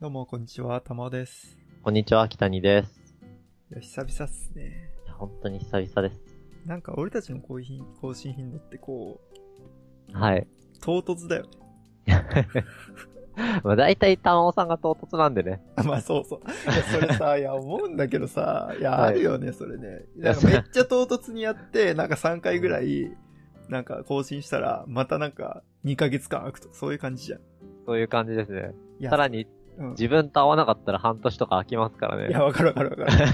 どうも、こんにちは、たまおです。こんにちは、北にです。いや、久々っすね。いや本当に久々です。なんか、俺たちの更新更新頻度ってこう、はい。唐突だよね。 まあ、大体、単音さんが唐突なんでね。あまあ、そうそう。いや、それさ、 いや、思うんだけどさ、いや、はあいるよね、それね。いなんやかめっちゃ唐突にやって、なんか3回ぐらい、なんか更新したら、またなんか2ヶ月間空くと、そういう感じじゃん。いそういう感じですね。や、さらに、うん、自分と合わなかったら半年とか空きますからいねや、。わかるわかるわかる。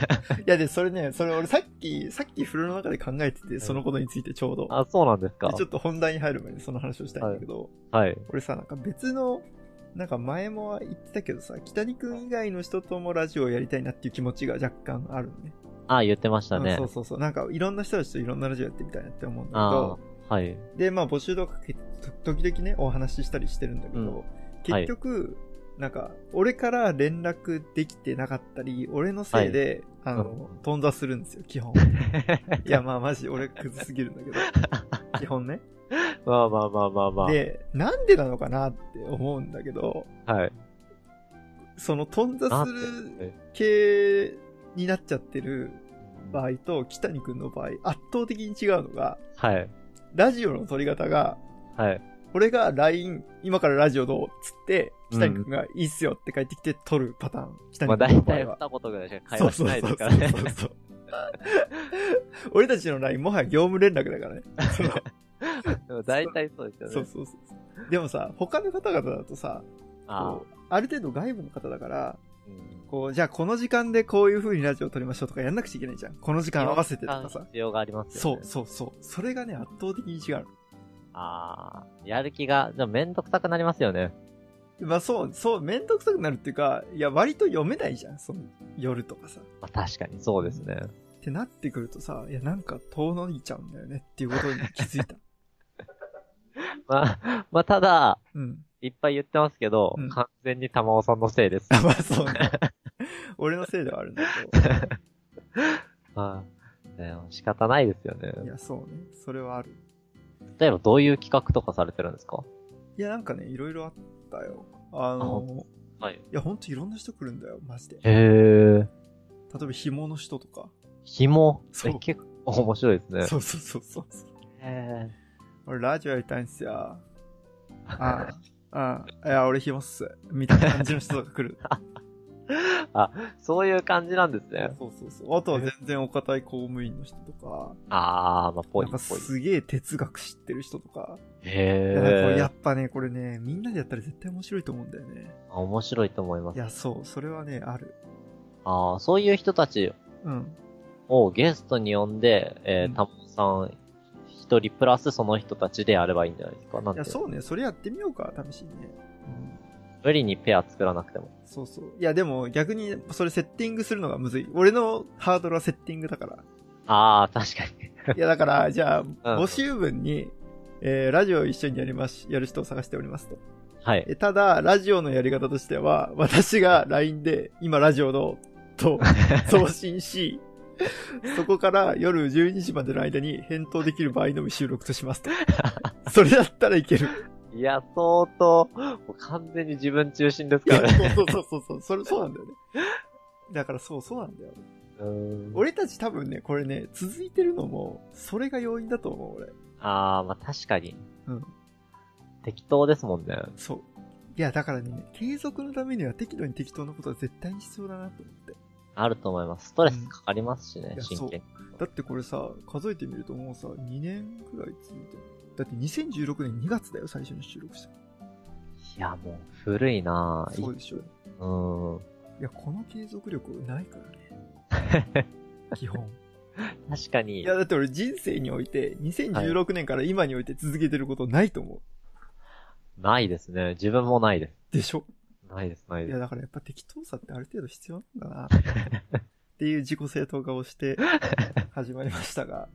い や、で、それね、それ俺さっき、さっき風呂の中で考えてて、そのことについてちょうど。あ、そうなんですかでちょっと本題に入る前にその話をしたいんだけど、はい。俺さ、なんか別の、なんか前も言ってたけどさ、北にくん以外の人ともラジオをやりたいなっていう気持ちが若干あるのね。あ、言ってましたうねんそう。そうそう。なんかいろんな人たちといろんなラジオやってみたいなって思うんだけあど、ー はい。で、まあ募集とかかけて、と時々ね、お話ししたりしてるんだけど、うん結局、なんか、俺から連絡できてなかったり、俺のせいで、あの、うん頓挫するんですよ、 基本。いや、まあ、マジ、俺、クズすぎるんだけど、 基本ね。まあまあまあまあまあ。で、なんでなのかなって思うんだけど、はい。その頓な挫んすてるえ系になっちゃってる場合と、北谷くんの場合、圧倒的に違うのが、はい。ラジオの撮り方が、はい。俺が LINE、今からラジオどうっつって、北谷くんがいいっすよって帰ってきて撮るパターン。北まあ谷くんの大場合体は。二言ぐらいしか会そう話そしうないそでうすそかうらね。そう。 俺たちの LINE もはや業務連絡だ からね。そのでも大体そうですよね。そうそうそう。でもさ、他の方々だとさ、あこうある程度外部の方だから、ーうんこう、じゃあこの時間でこういう風にラジオを撮りましょうとかやんなくちゃいけないじゃん。この時間合わせてとかさ。必要がありますそようね。う。そうそう。それがね、圧倒的に違うああ。やる気が、でもめんどくさくなりますよね。の。まあそう、そう、めんどくさくなるっていうか、いや、割と読めないじゃん。その、夜とかさ。まあ確かに、そうですね。ってなってくるとさ、いや、なんか遠のいちゃうんだよねっていうことに気づ いた。まあ、 まあただ、うん。いっぱい言ってますけど、うん完全に玉尾さんのせ いです。あまあそうね。俺のせいではあるんだけど。はい、ね仕方ないですよね。 いや、そうね。それはある。例えばどういう企画とかされてるんですかいや、なんかね、いろいろあったよ。ああの、はい。いや、ほんといろんな人来るんだよ、マジで。へー。例えば、紐の人とか。紐そうえ結構面白いですね。そうそうそうそう。へ俺ラジオやりたいんす よ。ああ、あいや、俺暇っす。みたいな感じの人が来る。ーそういう感じなんですね。 そうそうそう。あとは全然お堅い公務員の人とか、あー、まあ、ぽないんかぽい。すげえ哲学知ってる人とか。いやなんかやへっぱね、これね、みんなでやったら絶対面白いと思うんだよね。ー。面白いと思いまいす。や、そう、それはね、ある。あー、そういう人たちうん。をゲストに呼んで、えうんー、玉尾さん一人プラスその人たちでやればいいんじゃないですか。ないんてや、そうね、それやってみようか、試しにね。無理にペア作らなくても。そうそう。いや、でも逆に、それセッティングするのがむずい。俺のハードルはセッティングだから。 あー、確かに。いや、だから、じゃあ、募集文に、えーラジオを一緒にやります、やる人を探しておりますと。はい。えただ、ラジオのやり方としては、私が LINE で、今ラジオの、 と、送信し、そこから夜12時までの間に返答できる場合のみ収録とし ますと。それだったらいける。いや、相当、もう完全に自分中心ですいからやね。そうそうそうそう、それ、そうなんだよね。だからそう、そうなんだよ。うーん俺たち多分ね、これね、続いてるのも、それが要因だと思う、俺。あー、まあ確かに。うん。適当ですもんね。そう。いや、だからね、継続のためには適度に適当なことは絶対に必要だなと思って。あると思います。ストレスかかりますしうんいね、や真剣に。だってこれさ、数えてみるともうさ、2年くらい続いてる。だって2016年2月だよ、最初に収録した。いや、もう古いなぁ。そうでしょ。うーん。いや、この継続力ないからね。 基本。確かに。いや、だって俺人生において、2016年から今において続けてることないと思う。ないですね。自分もないです。でしょないです、ないいですや、。だからやっぱ適当さってある程度必要なん だな。っていう自己正当化をして、始まりましたが。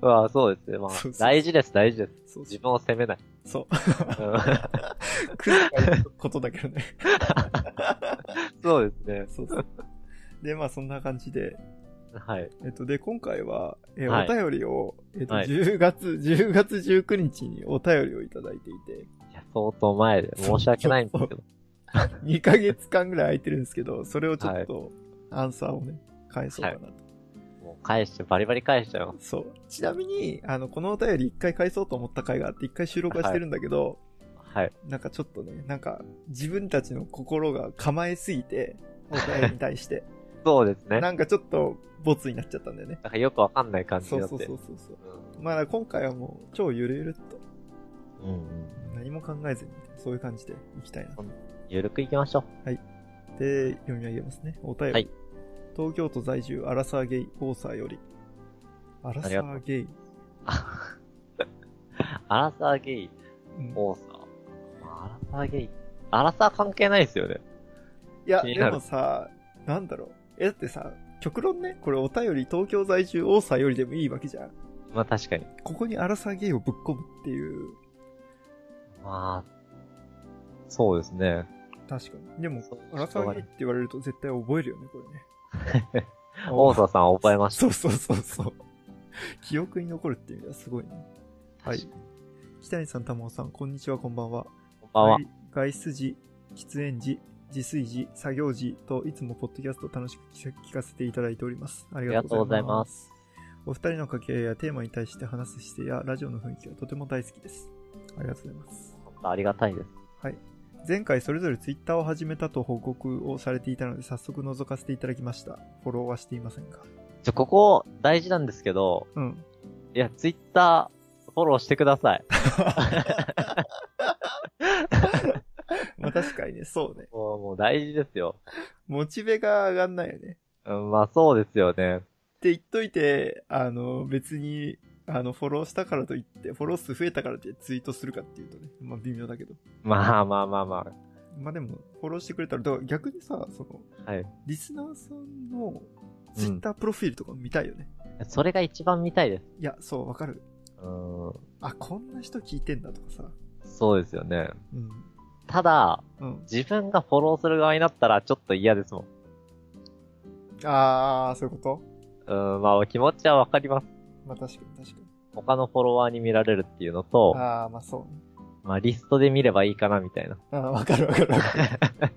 うわそうですね。まあそうそう、大事です、大事です。そう自分を責めない。そう。うんクズなことだけど ね。そうですね。 そうそう。で、まあそんな感じで、はい。えっと、で、今回は、えーはいお便りを、えっと、はい10月、10月19日にお便りをいただいていて、いや、相当前で、申し訳ないんですけど。 2ヶ月間ぐらい空いてるんですけど、それをちょっと、アンサーをね、返そうかなと。もう返して、バリバリ返したよ。そう。ちなみに、あの、このお便り一回返そうと思った回があって、一回収録はしてるんだけど、はい。なんかちょっとね、なんか、自分たちの心が構えすぎて、お便りに対 して、そうですね。ななんかちょっと、ボツになっちゃったんだよね。んかよくわかんない感じそうになっそうてそう。そうそう。まあ、今回はもう、超ゆるゆるっと、うん。うん。何も考えずに、そういう感じでいきたいな。ゆるくいきましょう。で、読み上げますね。お便り。はい東京都在住、アラサーゲイ、オーサーより。アラサーゲイ。あアラサーゲイ、うんオーサー。まあアラサーゲイ。アラサー関係ないですよね。いや、気にでなるもさ、なんだろう。え、だってさ、極論ね、これお便り東京在住オーサーよりでもいいわけじゃん。まあ確かに。ここにアラサーゲイをぶっ込むっていう。まあ、そうですね。確かに。でもそう、。アラサーゲイって言われると絶対覚えるよね、これね オーサーさんは覚えましそうそうそうそう。記憶に残るっていう意味ではすごいね。た。はい。北谷さん、玉尾さん、こんにちは、こんばんは。こんばんははい。外出時、喫煙時、自炊時、作業時といつもポッドキャストを楽しく聞かせていただいております。ありがとうございます。お二人の掛け合いやテーマに対して話す姿勢やラジオの雰囲気がとても大好きです。ありがとうございます。本当ありがたいです。前回それぞれツイッターを始めたと報告をされていたので早速覗かせていただきました。フォローはしていませんかちょ、ここ、大事なんですけど、うん。いや、ツイッター、フォローしてください。まあ確かにね、そうね。もう、もう大事ですよ。モチベが上がんないよね。うん、まあそうですよね。って言っといて、あの、別に、あの、フォローしたからといって、フォロー数増えたからってツイートするかっていうとね、まあ微妙だけど。まあまあまあままあでも、フォローしてくれたら、だから逆にさ、その、あ。はい。リスナーさんのツイッタープロフィールとか見たいよね。それが一番見たいです。いや、そう、わかる。うん、あ、こんな人聞いてんだとかさ。そうですよね。うん。ただ、うん。自分がフォローする側になったらちょっと嫌ですもん。あー、そういうことうん、まあ気持ちはわかります。まあ確かに確かに。他のフォロワーに見られるっていうのと、あー、まあそうね。まあリストで見ればいいかなみたいな。あー、わかるわかるわかる。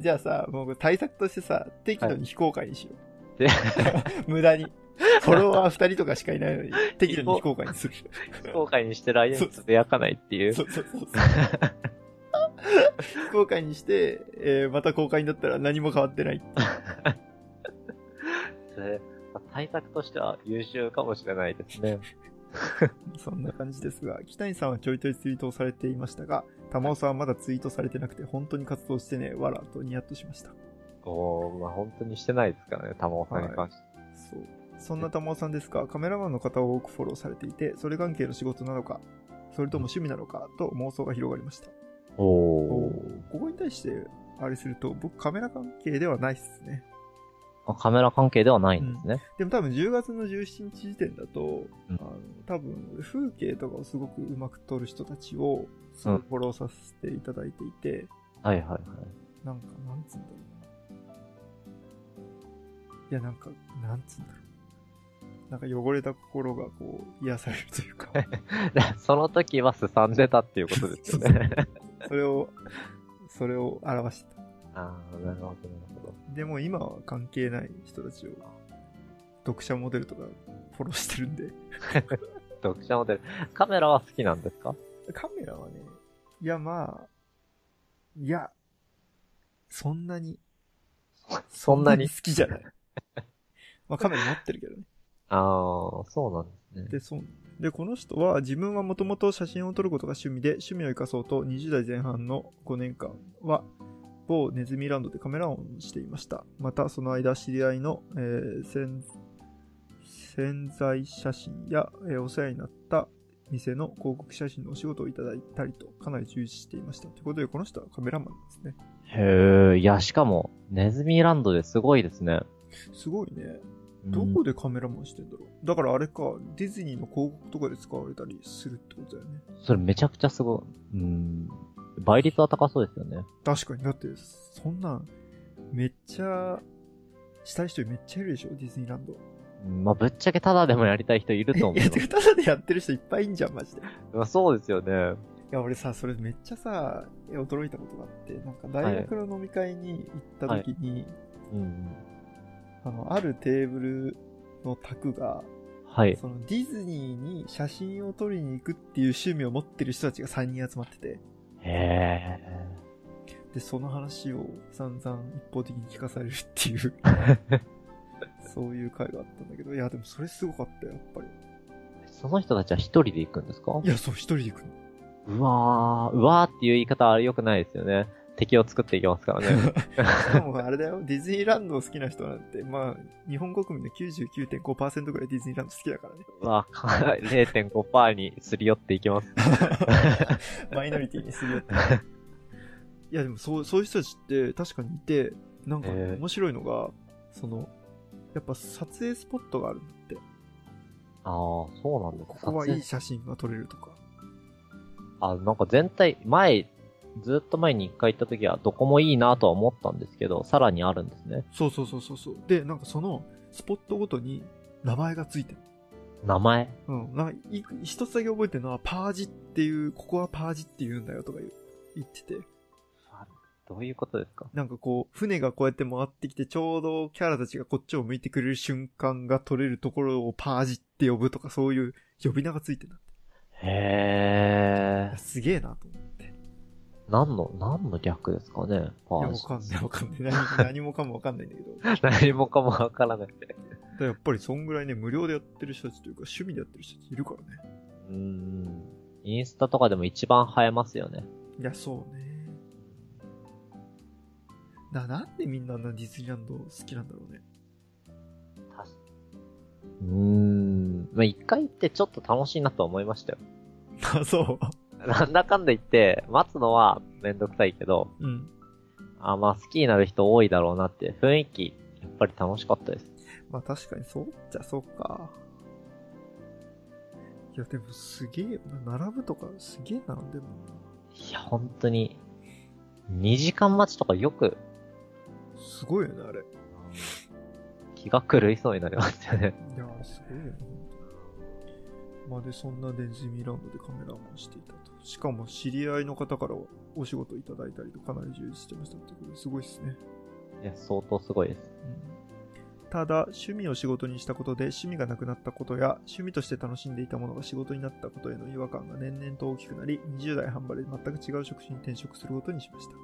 じゃあさ、もう対策としてさ、適度に非公開にしよう。で、 無駄に。フォロワー2人とかしかいないのに、適度に非公開にする。非公開にしてる間につぶやかないっていう。そうそうそうそう。非公開にして、えーまた公開になったら何も変わってない。でまあ対策としては優秀かもしれないですね。そんな感じですが、北谷さんはちょいちょいツイートをされていましたが、玉尾さんはまだツイートされてなくて、本当に活動してね、わらとニヤッとしました。おー、まあ本当にしてないですからね、玉尾さんに関して。そう。そんな玉尾さんですが、カメラマンの方を多くフォローされていて、それ関係の仕事なのか、それとも趣味なのか、と妄想が広がりました。おここに対して、あれすると、僕カメラ関係ではないっすね。ー。カメラ関係ではないんですね。でも多分10月の17日時点だと、うんあの多分風景とかをすごくうまく撮る人たちをすごいフォローさせていただいていて、はいはいはい。なんかなんつうんだろうな。いやなんかなんつうんだろう。なんか汚れた心がこう癒されるという か、その時はすさんでたっていうことですよね。それを、それを表してた。ああ、なるほど、なるほど。でも今は関係ない人たちを、読者モデルとかフォローしてるんで、読者モデル。カメラは好きなんですかカメラはね、いやまあ、いや、そんなに、そんなに好きじゃない。まあカメラ持ってるけどね。ああ、そうなんですね。で、そう。で、この人は自分はもともと写真を撮ることが趣味で、趣味を生かそうと20代前半の5年間は、某ネズミランドでカメラオンをしていました。また、その間、知り合いの、えー潜潜在写真や、えーお世話になった店の広告写真のお仕事をいただいたりと、かなり充実していました。ということで、この人はカメラマンですね。へえ、いや、しかも、ネズミランドですごいですね。すごいね。うんどこでカメラマンしてんだろう。だからあれか、ディズニーの広告とかで使われたりするってことだよね。それめちゃくちゃすごい。うん。倍率は高そうですよね。確かにだってそんなんめっちゃしたい人めっちゃいるでしょディズニーランドうんまあ、ぶっ ちゃけタダでもやりたい人いると思いやてかタダでやってる人いっぱいいんじゃんマジでう。まあ、そうですよね。いや、俺さ、それめっちゃさ、え驚いたことがあって、なんか大学の飲み会に行った時に、うん。あの、あるテーブルの卓が、はい。そのディズニーに写真を撮りに行くっていう趣味を持ってる人たちが3人集まってて、へえ。で、その話を散々一方的に聞かされるっていう、そういう会があったんだけど、いや、でもそれすごかったよ、やっぱり。その人たちは一人で行くんですかいや、そう、一人で行くの。うわー、うわーっていう言い方は良くないですよね。敵を作っていきますからね。しかもあれだよ、デ ィズニーランドを好きな人なんて、まあ、日本国民の99.5%ぐらいディズニーランド好きだからね。うわー、0.5%にすり寄っていきます。マイノリティにするよって。いや、でもそう、そういう人たちって確かにいて、なんかねへー面白いのが、その、やっぱ撮影スポットがあるんだって。ああ、そうなんですここはいい写真が撮れるとか。あ、なんか全体、前、ずっと前に一回行った時はどこもいいなとは思ったんですけど、さらにあるんですね。そうそうそうそうそう。で、なんかその、スポットごとに名前がついてる。名前。うん。なんかい、一つだけ覚えてるのは、パージっていう、ここはパージって言うんだよとか言う言ってて。どういうことですかなんかこう、船がこうやって回ってきて、ちょうどキャラたちがこっちを向いてくれる瞬間が撮れるところをパージって呼ぶとか、そういう呼び名がついてるんだってへいやえ。すげえなと思って。い何の、何の略ですかねパや、ーわジ。かんないわかんない。何何もかもわかんないんだけど。だか何もかもわからない。らやっぱりそんぐらいね、無料でやってる人たちというか、趣味でやってる人たちいるからね。うーん。インスタとかでも一番映えますよね。いや、そうね。な、なんでみんなあんなディズニーランド好きなんだろうね。うーん。まあ、一回行ってちょっと楽しいなと思いましたよ。あ、そなんだかんだ言って、待つのはめんどくさいけど、う。うん。あ、まあ、好きになる人多いだろうなって、雰囲気、やっぱり楽しかったです。まあ確かにそうじゃそうか。いやでもすげえよな。並ぶとかすげえ並んでるもんな。いや、本当に、2時間待ちとかよく、すごいよね、あれ。い気が狂いそうになりますよね。 やーすごいよね。まあで、そんなディズニーランドでカメラマンしていたと。しかも知り合いの方からお仕事いただいたりとかなり充実してましたってことですごいですね。いや、相当すごいです。ただ趣味を仕事にしたことで趣味がなくなったことや趣味として楽しんでいたものが仕事になったことへの違和感が年々と大きくなり20代半ばで全く違う職種に転職することにしました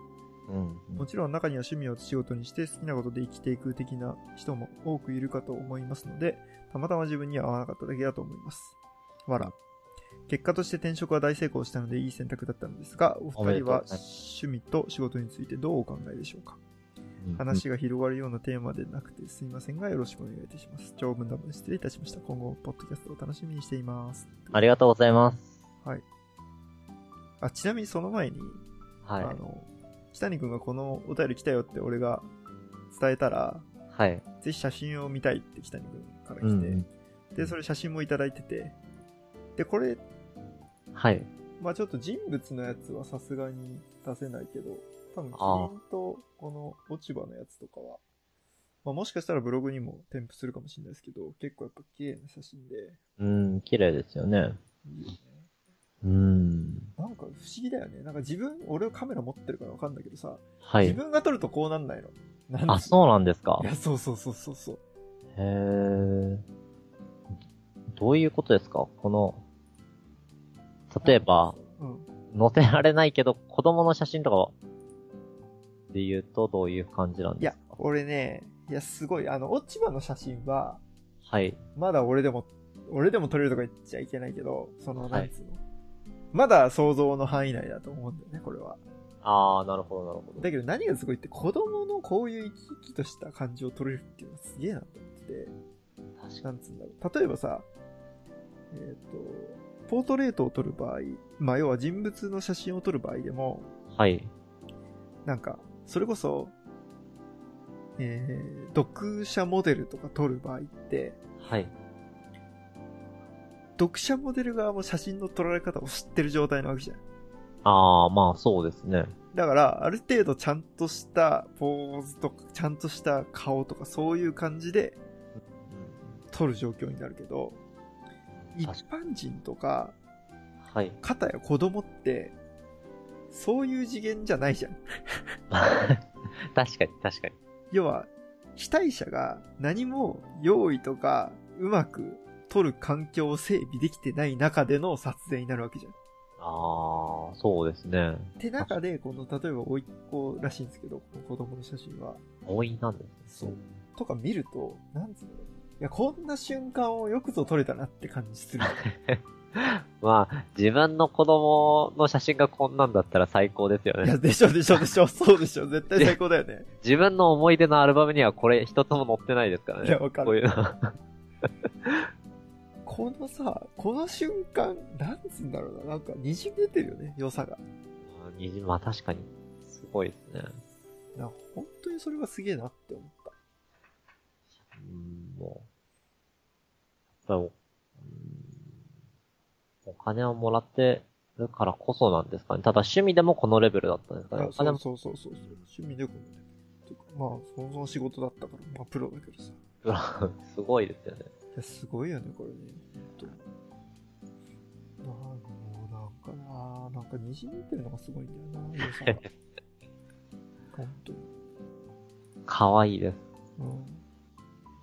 うん。もちろん中には趣味を仕事にして好きなことで生きていく的な人も多くいるかと思いますのでたまたま自分には合わなかっただけだと思いますわら結果として転職は大成功したのでいい選択だったのですがおお二めで人とうはございま趣味と仕事についてどうお考えでしょうかうん話が広がるようなテーマでなくてすいませんがよろしくお願いいたします。長文だも失礼いたしました。今後もポッドキャストを楽しみにしています。ありがとうございます。あ、ちなみにその前に、はいあ。の、北谷くんがこのお便り来たよって俺が伝えたら、はい。ぜひ写真を見たいって北谷くんから来て、うんで、それ写真もいただいてて、で、これ、はい。まあちょっと人物のやつはさすがに出せないけど、多分キああリンとこの落ち葉のやつとかは、まあもしかしたらブログにも添付するかもしれないですけど、結構やっぱ綺麗な写真で、うん、綺麗ですよね。いいよね。うん。なんか不思議だよね。なんか自分、俺はカメラ持ってるからわかんだけどさ、は自い。分が撮るとこうなんないの。なんあ、そうなんですかい。や、そうそうそうそうそう。へーどういうことですかこの、例えば、うん。載せられないけど、子供の写真とかはで言うとどういう感じなんいですやか、俺ね、いや、すごい、あの、落ち葉の写真は、はい。まだ俺でも、俺でも撮れるとか言っちゃいけないけど、その、はいなんつうの。まだ想像の範囲内だと思うんだよね、これは。あー、なるほど、なるほどだ。けど何がすごいって、子供のこういう生き生きとした感じを撮れるっていうのはすげえなと思ってて。確かなんつうんだろう。例えばさ、えっ、と、ポートレートを撮る場合、まあ、要は人物の写真を撮る場合でも、に。はい。なんか、それこそ、えー、読者モデルとか撮る場合って、はい。読者モデル側も写真の撮られ方を知ってる状態なわけじゃん。あー、まあそうですね。だから、ある程度ちゃんとしたポーズとか、ちゃんとした顔とか、そういう感じで撮る状況になるけど、一確般人とか、はい。 片や子供って、そういう次元じゃないじゃん。確かに、確かに。要は、被災者が何も用意とかうまく取る環境を整備できてない中での撮影になるわけじゃん。ああ、そうですね。て中で、この、例えば、甥っ子らしいんですけど、この子供の写真は、多いなんですね。とか見ると、なんつうのいや、こんな瞬間をよくぞ撮れたなって感じす る。まあ、自分の子供の写真がこんなんだったら最高ですよいや、ね。でしょでしょでしょ、そうでしょ、絶対最高だよね。自分の思い出のアルバムにはこれ一つも載ってないですからね。いやわかるこういうの。 このさ、この瞬間、なんつうんだろうな、なんか滲み出てるよね、良さが。虹まあ確かに、すごいですね。なんか本当にそれはすげえなって思った。うん、もう。やっぱりお、うん、お金をもらってるからこそなんですかね。ただ趣味でもこのレベルだったんですかね。あおそ金うも、そうそうそうそう、趣味でこのね。とかまあ、そもそも仕事だったから、まあ、プロだけどさ。い すごいですよね。や、すごいよね、これね。本当なんかもう、なんかな、なんか滲み出てるのがすごいん だよな、良さが。本当に。可愛いです。うん。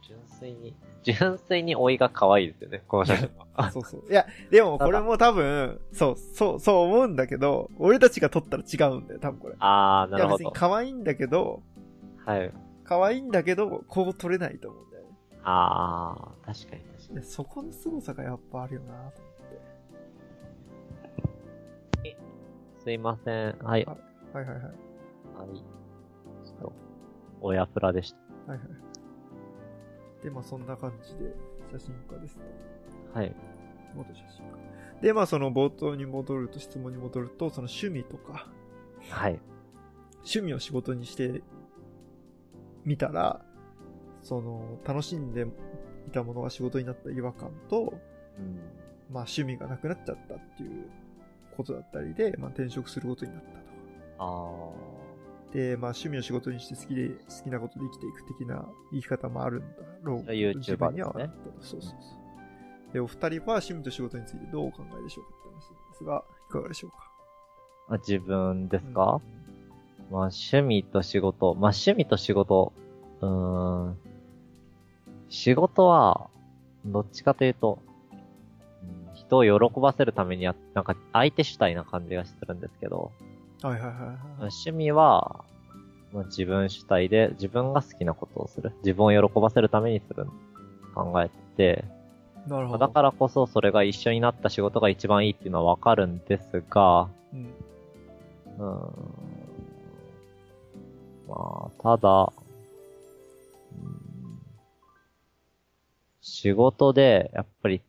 純粋に、純粋に老いが可愛いですよね、この写真は。あそうそう。いや、でもこれも多分、そう、そう、そう思うんだけど、俺たちが撮ったら違うんだよ、多分これ。あー、ないるや、ほ別にど。可愛いんだけど、はい。可愛いんだけど、こう撮れないと思うんだよね。あー、確かに確かいや、そこの凄さがやっぱあるよなとに。すいません。はい。あはいはいはい。はいはい。ちょっと、親プラでしはい。で、まあそんな感じで、写真家ですと。た。はい。元写真家。で、まあその冒頭に戻ると、質問に戻ると、その趣味とか、はい。趣味を仕事にしてみたら、その、楽しんでいたものが仕事になった違和感と、うん。まあ趣味がなくなっちゃったっていうことだったりで、まあ転職することになったと。あー。で、まあ趣味を仕事にして好きで、好きなことで生きていく的な生き方もあるんだろう。じゃあ YouTuber 自分にはですねあったとそうそうそう。で、お二人は趣味と仕事についてどうお考えでしょうかって話なんですが、いかがでしょうかあ自分ですか、まあ趣味と仕事。まあ趣味と仕事。うーん。仕事は、どっちかというと、うん人を喜ばせるためにやっ、なんか相手主体な感じがするんですけど、うんはいはいはいはい。趣味は、まあ、自分主体で自分が好きなことをする。自分を喜ばせるためにする。考えて、なるまあほだど。からこそそれが一緒になった仕事が一番いいっていうのはわかるんですが、うん。うーん。まあ、ただ、うん仕事で、やっぱり、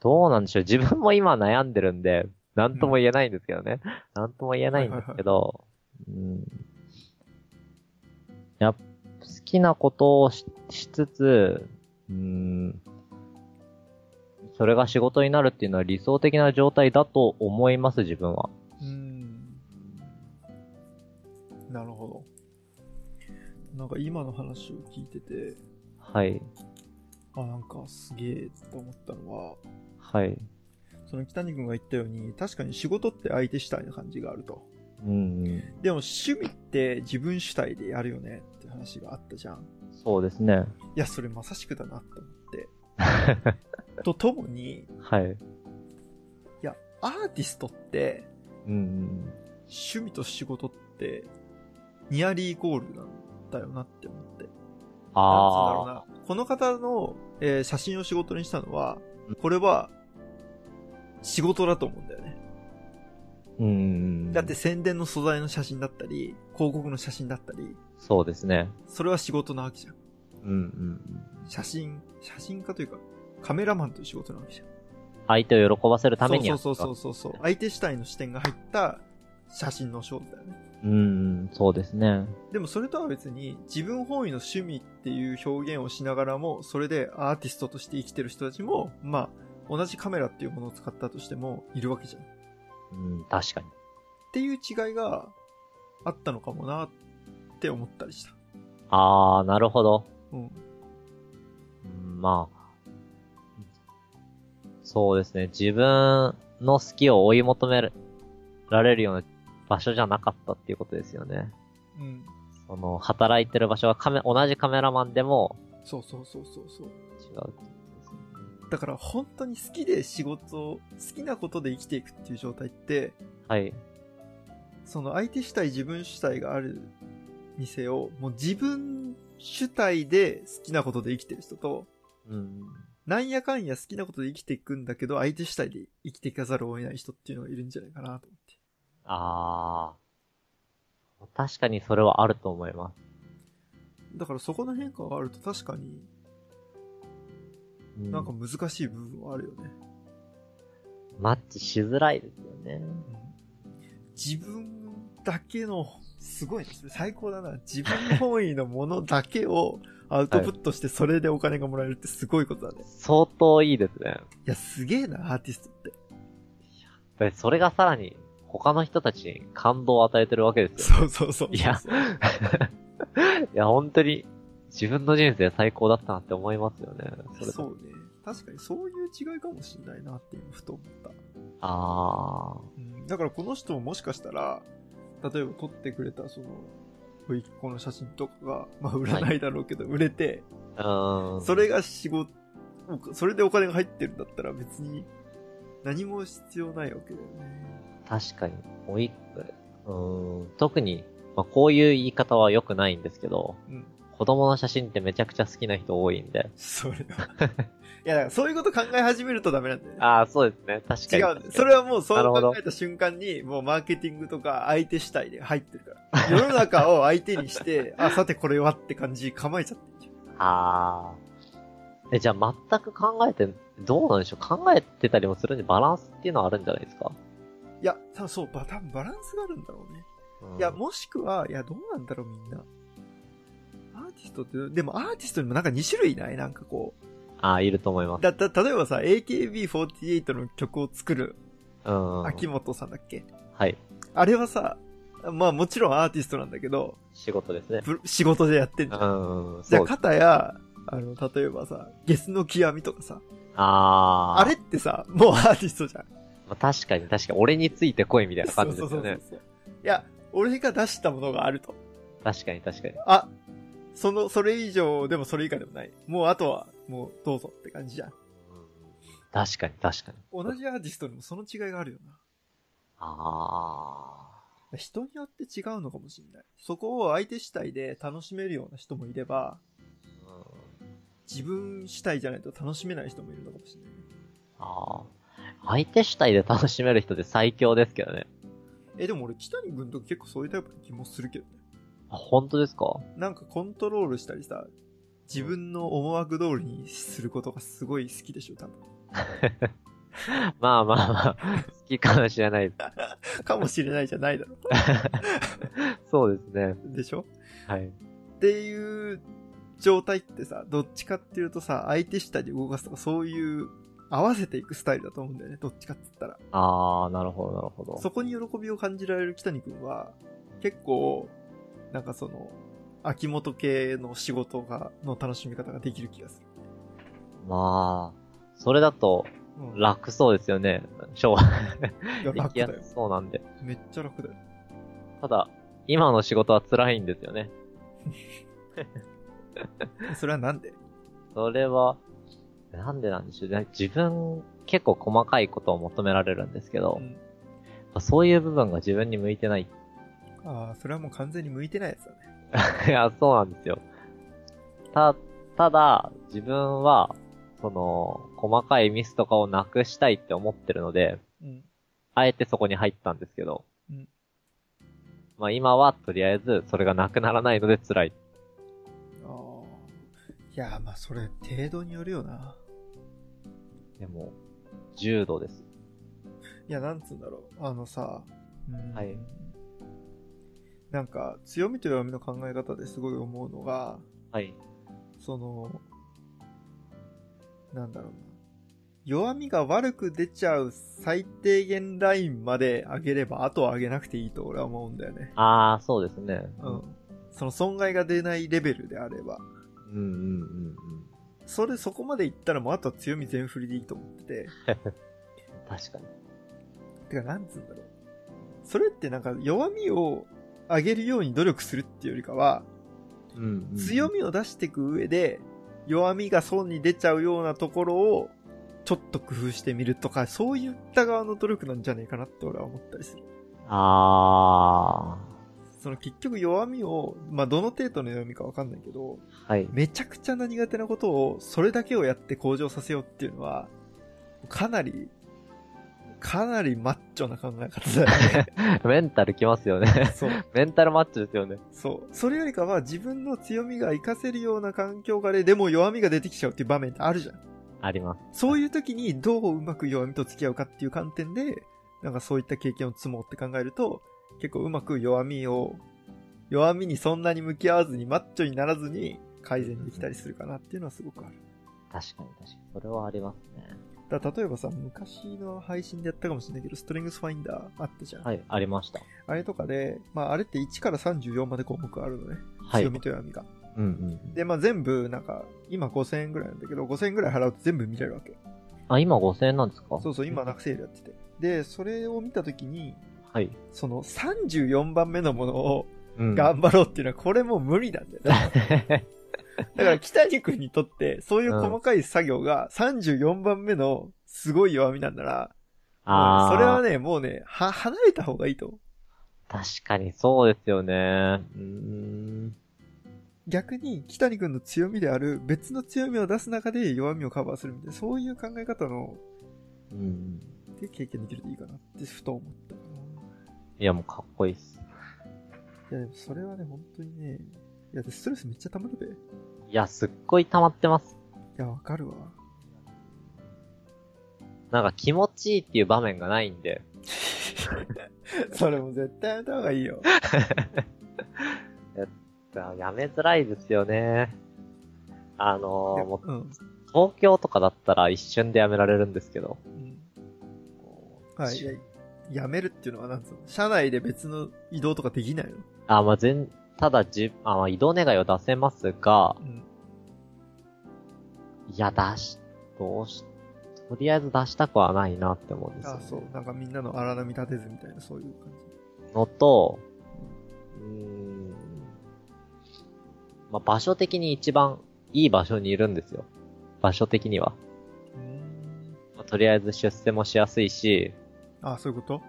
どうなんでしょう。自分も今悩んでるんで、なんとも言えないんですけどね。なんとも言えないんですけど、うん。やっ好きなことをししつつ、うん。それが仕事になるっていうのは理想的な状態だと思います、自分は。うん。なるほど。なんか今の話を聞いてて、はい。あ、なんかすげえって思ったのは、はい。その北谷君が言ったように、確かに仕事って相手主体な感じがあると。うんうん。でも趣味って自分主体でやるよねって話があったじゃん。そうですね。いや、それまさしくだなって思って。 とともに、いはい。や、アーティストってうんうん。趣味と仕事ってニアリーイコールなんだよなって思って。ああ。なんつうんだろうな。この方の、えー写真を仕事にしたのはう、これは、仕事だと思うんだよね。うんうん。だって、宣伝の素材の写真だったり、広告の写真だったり、そうですね。それは仕事なわけじゃん。うんうんうん。写真、写真家というか、カメラマンという仕事なわけじゃん。相手を喜ばせるために。そうそうそううそうそう。相手主体の視点が入った写真の仕事だよね。うんうん、そうですね。でもそれとは別に、自分本位の趣味っていう表現をしながらも、それでアーティストとして生きてる人たちも、まあ、同じカメラっていうものを使ったとしても、いるわけじゃん。うん、確かに。っていう違いがあったのかもなって思ったりした。ああ、なるほど。うん。うんまあ。そうですね。自分、の好きを追い求められるような場所じゃなかったっていうことですよね。うん。その、働いてる場所はカメ、同じカメラマンでもそうそうそうそうそう。違うってことですよね。だから本当に好きで仕事を、好きなことで生きていくっていう状態って、はい。その相手主体自分主体がある店を、もう自分主体で好きなことで生きてる人と、うん。なんやかんや好きなことで生きていくんだけど、相手主体で生きていかざるを得ない人っていうのがいるんじゃないかなと思って。あー。確かにそれはあると思います。だからそこの変化があると確かにうなんか難しい部分はあるよね。マッチしづらいですよね。自分だけの、すごいですね。最高だな。自分本位のものだけ をアウトプットしてそれでお金がもらえるってすごいことだね。い、相当いいですね。や、すげえな、アーティストって。でそれがさらに他の人たちに感動を与えてるわけですよ。そうそうそう。いや いや、本当に自分の人生最高だったなって思いますよね。それそうね。確かにそういう違いかもしれないなって今ふと思った。あうん、だからこの人ももしかしたら、例えば撮ってくれたその、ご一行の写真とかが、まあ売らないだろうけど、売れて、ー。うーん。それが仕事、それでお金が入ってるんだったら別に何も必要ないわけだよね。確かに、おい、うーん。特に、まあ、こういう言い方は良くないんですけど、うん。子供の写真ってめちゃくちゃ好きな人多いんで。それは。 いや、だからそういうこと考え始めるとダメなんだよね。ああ、そうですね。確か違うんに。だよそれれはもうそなうるほど考えた瞬間に、もうマーケティングとか相手主体で入ってるから。世の中を相手にして、あ、さてこれはって感じ構えちゃってるじゃんあー。え、じゃあ全く考えて、どうなんでしょう考えてたりもするんで、バランスっていうのはあるんじゃないですかいや、多分そう、ば多分バランスがあるんだろうね。いや、もしくは、いや、どうなんだろう、みんな。アーティストって、でもアーティストにもなんか2種類ないなんかこう。うん。ああ、いると思います。だ、だ、例えばさ、AKB48 の曲を作るうん。秋元さんだっけはい。あれはさ、まあもちろんアーティストなんだけど、仕事ですね。ぶ仕事でやってんうじゃん。ん。じゃそあ、う。片や、あの、例えばさ、ゲスの極みとかさ、あああ。れってさ、もうアーティストじゃん。まあ、確かに確かに、俺についてこいみたいな感じですよね。そう。いや、俺が出したものがあると。確かに確かに。あ、その、それ以上でもそれ以下でもない。もうあとは、もうどうぞって感じじゃん。確かに確かに。同じアーティストにもその違いがあるよあな。人によって違うのかもしれない。そこを相手主体で楽しめるような人もいれば、あ。うん自分主体じゃないと楽しめない人もいるのかもしれない。ああ。相手主体で楽しめる人って最強ですけどね。え、でも俺、北に君と結構そういうタイプの気もするけどね。あ、本当ですかなんかコントロールしたりさ、自分の思惑通りにすることがすごい好きでしょ、多分。 まあまあまあ、好きかもしれない。かもしれないじゃないだろ。そうですね。でしょはい。っていう状態ってさ、どっちかっていうとさ、相手下で動かすとか、そういう、合わせていくスタイルだと思うんだよね、どっちかって言ったら。ああ、なるほど、なるほど。そこに喜びを感じられる北に君は、結構、なんかその、秋元系の仕事が、の楽しみ方ができる気がする。まあ、それだと、うん、楽そうですよね。昭和。いやで楽きだやよ。すそうなんで。めっちゃ楽だよ。ただ、今の仕事は辛いんですよね。それはなんでそれは、なんでなんでしょうね。自分、結構細かいことを求められるんですけどう、ん。そういう部分が自分に向いてない。ああ、それはもう完全に向いてないやつだね。 いや、そうなんですよ。た、ただ、自分は、その、細かいミスとかをなくしたいって思ってるので、うん。あえてそこに入ったんですけど、うんまあ今は、とりあえず、それがなくならないので辛い。ああ。いや、まあそれ、程度によるよな。でも、柔道です。いや、なんつうんだろう。あのさ、うんはいなんか、強みと弱みの考え方ですごい思うのが、はい。その、なんだろうな。弱みが悪く出ちゃう最低限ラインまで上げれば、あとは上げなくていいと俺は思うんだよね。ああ、そうですね。うん。その損害が出ないレベルであれば。うんうんうんうん。それ、そこまでいったらもうあとは強み全振りでいいと思ってて。確かに。てか、なんつうんだろう。それってなんか弱みを上げるように努力するっていうよりかは、うんうん強みを出していく上で、弱みが損に出ちゃうようなところを、ちょっと工夫してみるとか、そういった側の努力なんじゃねえかなって俺は思ったりする。あその結局弱みを、まあ、どの程度の弱みかわかんないけど、ー。はい。めちゃくちゃな苦手なことを、それだけをやって向上させようっていうのは、かなり、かなりマッチョな考え方だよね。メンタルきますよね。 そう。メンタルマッチですよね。そう。それよりかは自分の強みが活かせるような環境下で、でも弱みが出てきちゃうっていう場面ってあるじゃん。あります。そういう時にどううまく弱みと付き合うかっていう観点で、なんかそういった経験を積もうって考えると、結構うまく弱みを、弱みにそんなに向き合わずにマッチョにならずに改善できたりするかなっていうのはすごくある。確かに確かに。それはありますね。だから例えばさ、昔の配信でやったかもしれないけど、ストレングスファインダーあったじゃん。はい、ありました。あれとかで、まああれって1から34まで項目あるのね。はい。う強んみと弱みが。うん。で、まあ全部、なんか、今5000円ぐらいなんだけど、5000円ぐらい払うと全部見れるわけ。あ、今5000円なんですかそうそう、今なんかセールやってて。で、それを見た時に、はい。その34番目のものをうん頑張ろうっていうのはこれもう無理なんだよね。だから北に君にとってそういう細かい作業が34番目のすごい弱みなんなら、 あーそれはね、もうね、は、離れた方がいいと思う。確かにそうですよね。うーん。逆に北に君の強みである別の強みを出す中で弱みをカバーするみたいな、そういう考え方のうん。で経験できるといいかなってふと思ったかな。いや、もうかっこいいっす。いやでもそれはね、本当にね、いやでストレスめっちゃ溜まるべ。いいや、すっごい溜まってます。や、わかるわ。なんか気持ちいいっていう場面がないんで。 それも絶対やめた方がいいよ。やめづらいですよね。あのー、もううん。東京とかだったら一瞬でやめられるんですけど。うんはい。いややめるっていうのはなんつうの社内で別の移動とかできないのあ、まあ、全、ただじ、あ、まあ、移動願いを出せますがう、ん。いや、出し、どうし、とりあえず出したくはないなって思うんですよ、あね。そう。なんかみんなの荒波立てずみたいな、そういう感のと、うーん、まあ、場所的に一番いい場所にいるんですよ。場所的には。じ。うん。まあとりあえず出世もしやすいし、あ、そういうこ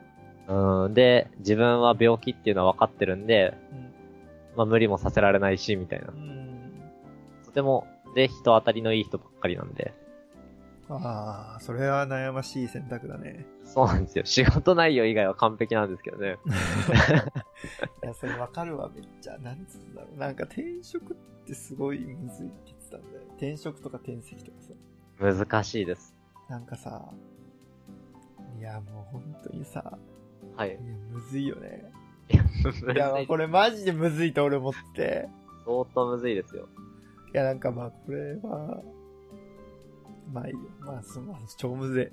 とうん、で、自分は病気っていうのは分かってるんで、うまあ、無理もさせられないし、みたいな。ん。とても、で、人当たりのいい人ばっかりなんで。ああ、それは悩ましい選択だね。そうなんですよ。仕事内容以外は完璧なんですけどね。いや、それわかるわ、めっちゃ。なんつうんだろう。なんか転職ってすごいむずいって言ってたんだよ。転職とか転籍とかさ。難しいです。なんかさ、いや、もう本当にさ、はい い。や、むずいよね。いや、こ相れマジでむずいと俺思ってて。当むずいですよ。いや、なんかまあ、これは、まあいいよ。まあ、その、超むずい。う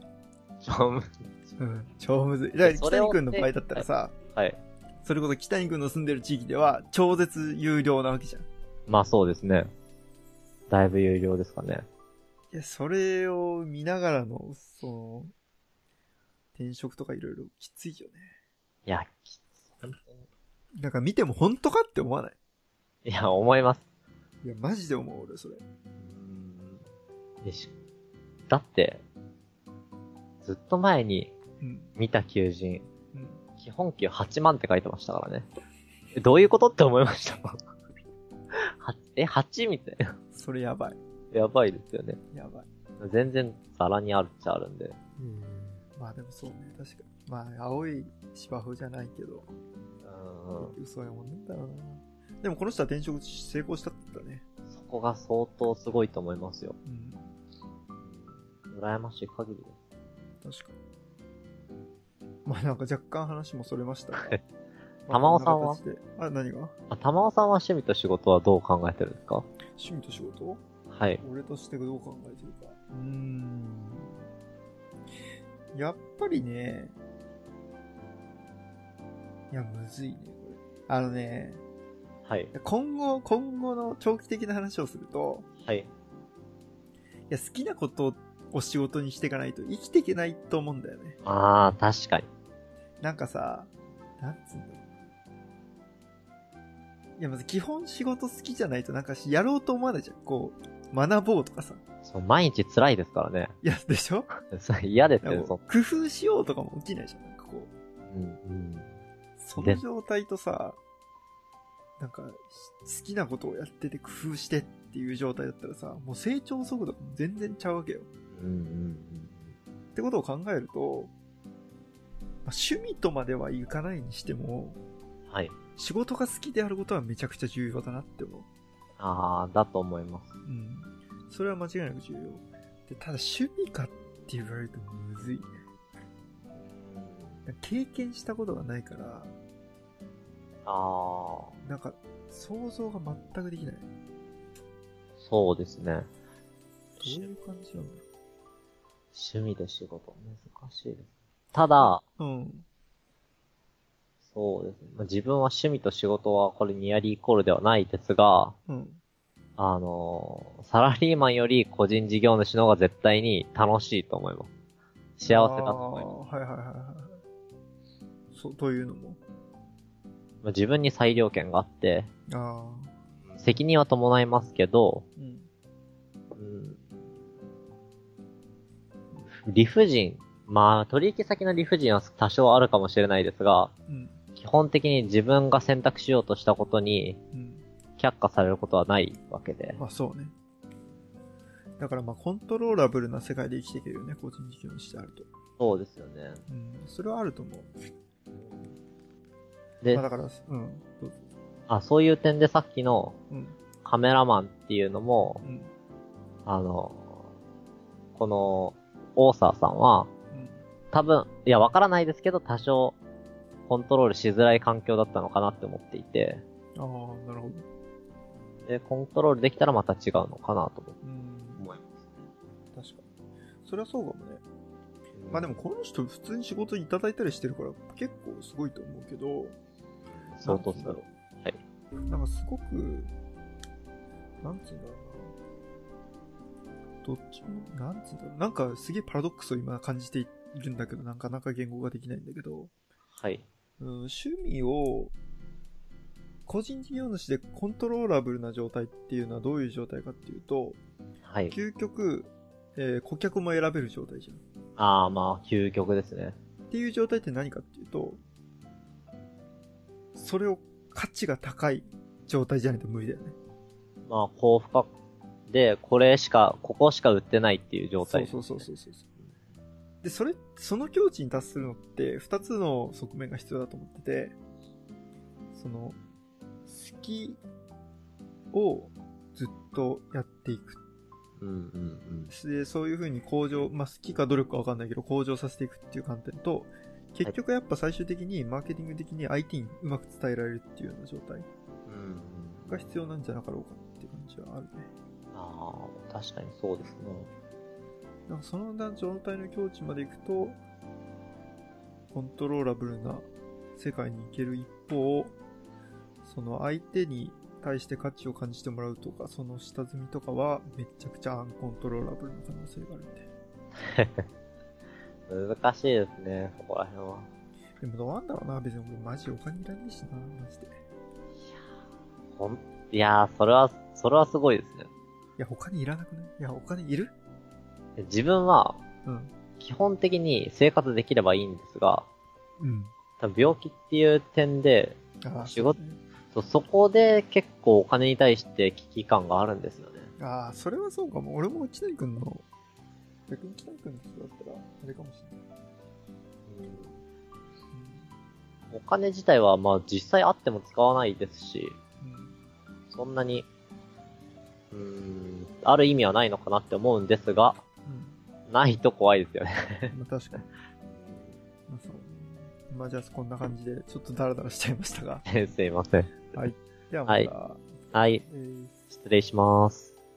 ん、超むずい。だから、そ北れを谷くんの場合だったらさ、はい。それこそ北谷くんの住んでる地域では、超絶有料なわけじゃん。いまあそうですね。だいぶ有料ですかね。や、それを見ながらの、その、転職とかいろいろきついよね。いや、きなんか見ても本当かって思わないいや、思います。いや、マジで思う、俺、それ。でしだって、ずっと前にうん。見た求人、うん。基本給8万って書いてましたからね。えどういうことって思いました。はえ、8? みたいな。それやばい。やばいですよね。やばい。全然ざらにあるっちゃあるんで。うん。まあでもそうね、確かに。まあ、青い芝生じゃないけど、うん。結局そういうもんなんだろうな。でもこの人は転職成功したって言ったね。そこが相当すごいと思いますよ。うん。羨ましい限りです。確かに。まあなんか若干話もそれましたが。 玉尾さんはまあこな形であ、何があ、玉尾さんは趣味と仕事はどう考えてるんですか趣味と仕事はい。俺としてどう考えてるか。うーん。やっぱりね、いや、むずいね、これ。あのね、はい。今後、今後の長期的な話をすると、はい。いや、好きなことを仕事にしていかないと生きていけないと思うんだよね。ああ、確かに。なんかさ、なんつうんだろう。いや、まず基本仕事好きじゃないとなんかやろうと思わないじゃん。こう、学ぼうとかさ。そう、毎日辛いですからね。 いや、でしょそれ嫌ですなんよ、かこそう工夫しようとかも起きないじゃん。なんかこう、う。うん、そでの状態とさ、なんか、し好きなことをやってて工夫してっていう状態だったらさ、もう成長速度が全然ちゃうわけよ。うん。うん、うん、ってことを考えると、まあ趣味とまではいかないにしても、うん。はい。仕事が好きであることはめちゃくちゃ重要だなって思う。あー、だと思います。うん。それは間違いなく重要。でただ趣味かって言われるとむずいね。なんか経験したことがないから、あなんか想像が全くできない。どー、そうですね。ういう感じなんだろ趣味で仕事、難しいです。ただ、う。うん。そうですね。まあ自分は趣味と仕事はこれニアリーイコールではないですが、うん。あのーサラリーマンより個人事業主の方が絶対に楽しいと思います。幸せだと思います。あーはいはいはいはい。そう、というのも。まあ自分に裁量権があって、あ責任は伴いますけど、あ。うん。うん理不尽。まあ、取引先の理不尽は多少あるかもしれないですが、うん。基本的に自分が選択しようとしたことにうん。却下されることはないわけで。まあそうね。だからまあコントローラブルな世界で生きていけるよね、個人事業にしてあると。そうですよね。うん。それはあると思う。でまあ、だから、うん。どうぞ。あ、そういう点でさっきのうん。カメラマンっていうのもう、ん。あの、この、オーサーさんは、うん。多分、いや、わからないですけど、多少、コントロールしづらい環境だったのかなって思っていて、ああ、なるほど。で、コントロールできたらまた違うのかなとうん。思いま確かに。それはそうかもね。す。まあでも、この人普通に仕事いただいたりしてるから結構すごいと思うけど、相当すなんつうん。だるろう。なんかすごく、なんつうんだろうな。どっちも、なんつうんだろう。なんかすげえパラドックスを今感じているんだけど、なかなか言語ができないんだけど、はい。うん、趣味を、個人事業主でコントローラブルな状態っていうのはどういう状態かっていうと、はい。究極、えー顧客も選べる状態じゃん。ああ、まあ、究極ですね。っていう状態って何かっていうと、それを価値が高い状態じゃないと無理だよね。まあ、高負荷で、これしか、ここしか売ってないっていう状態。そうそうそうそうそう。で、それ、その境地に達するのって、二つの側面が必要だと思ってて、その、好きをずっとやっていく。うんうんでそういう風に向上、まあ、好きか努力かわかんないけど、向上させていくっていう観点と、結局やっぱ最終的にマーケティング的に IT にうまく伝えられるっていうような状態うん。うんが必要なんじゃなかろうかっていう感じはあるね。ああ、確かにそうですね。なんかその状態の境地まで行くと、コントローラブルな世界に行ける一方、その相手に対して価値を感じてもらうとか、その下積みとかはめちゃくちゃアンコントローラブルな可能性があるんで。難しいですね、そこら辺は。でもどうなんだろうな、別に俺マジお金いらねえしな、マジで。いほん、いやー、それは、それはすごいですね。や、お金いらなくないいや、お金いる自分は、うん。基本的に生活できればいいんですが、うん。多分病気っていう点で、ああ、仕事そうねそうそこで結構お金に対して危機感があるんですよね。ああ、それはそうかも。俺も北井くんの、逆に北井くんの人だったら、あれかもしれない。お金自体はまあ実際あっても使わないですし、うん。うんそんなに、うーん、ある意味はないのかなって思うんですが、うないと怖いですよね。 ん。まあ確かに。まあそうね。まあじゃあこんな感じで、ちょっとダラダラしちゃいましたが。すいません。ではまた、はいはい、えー失礼します。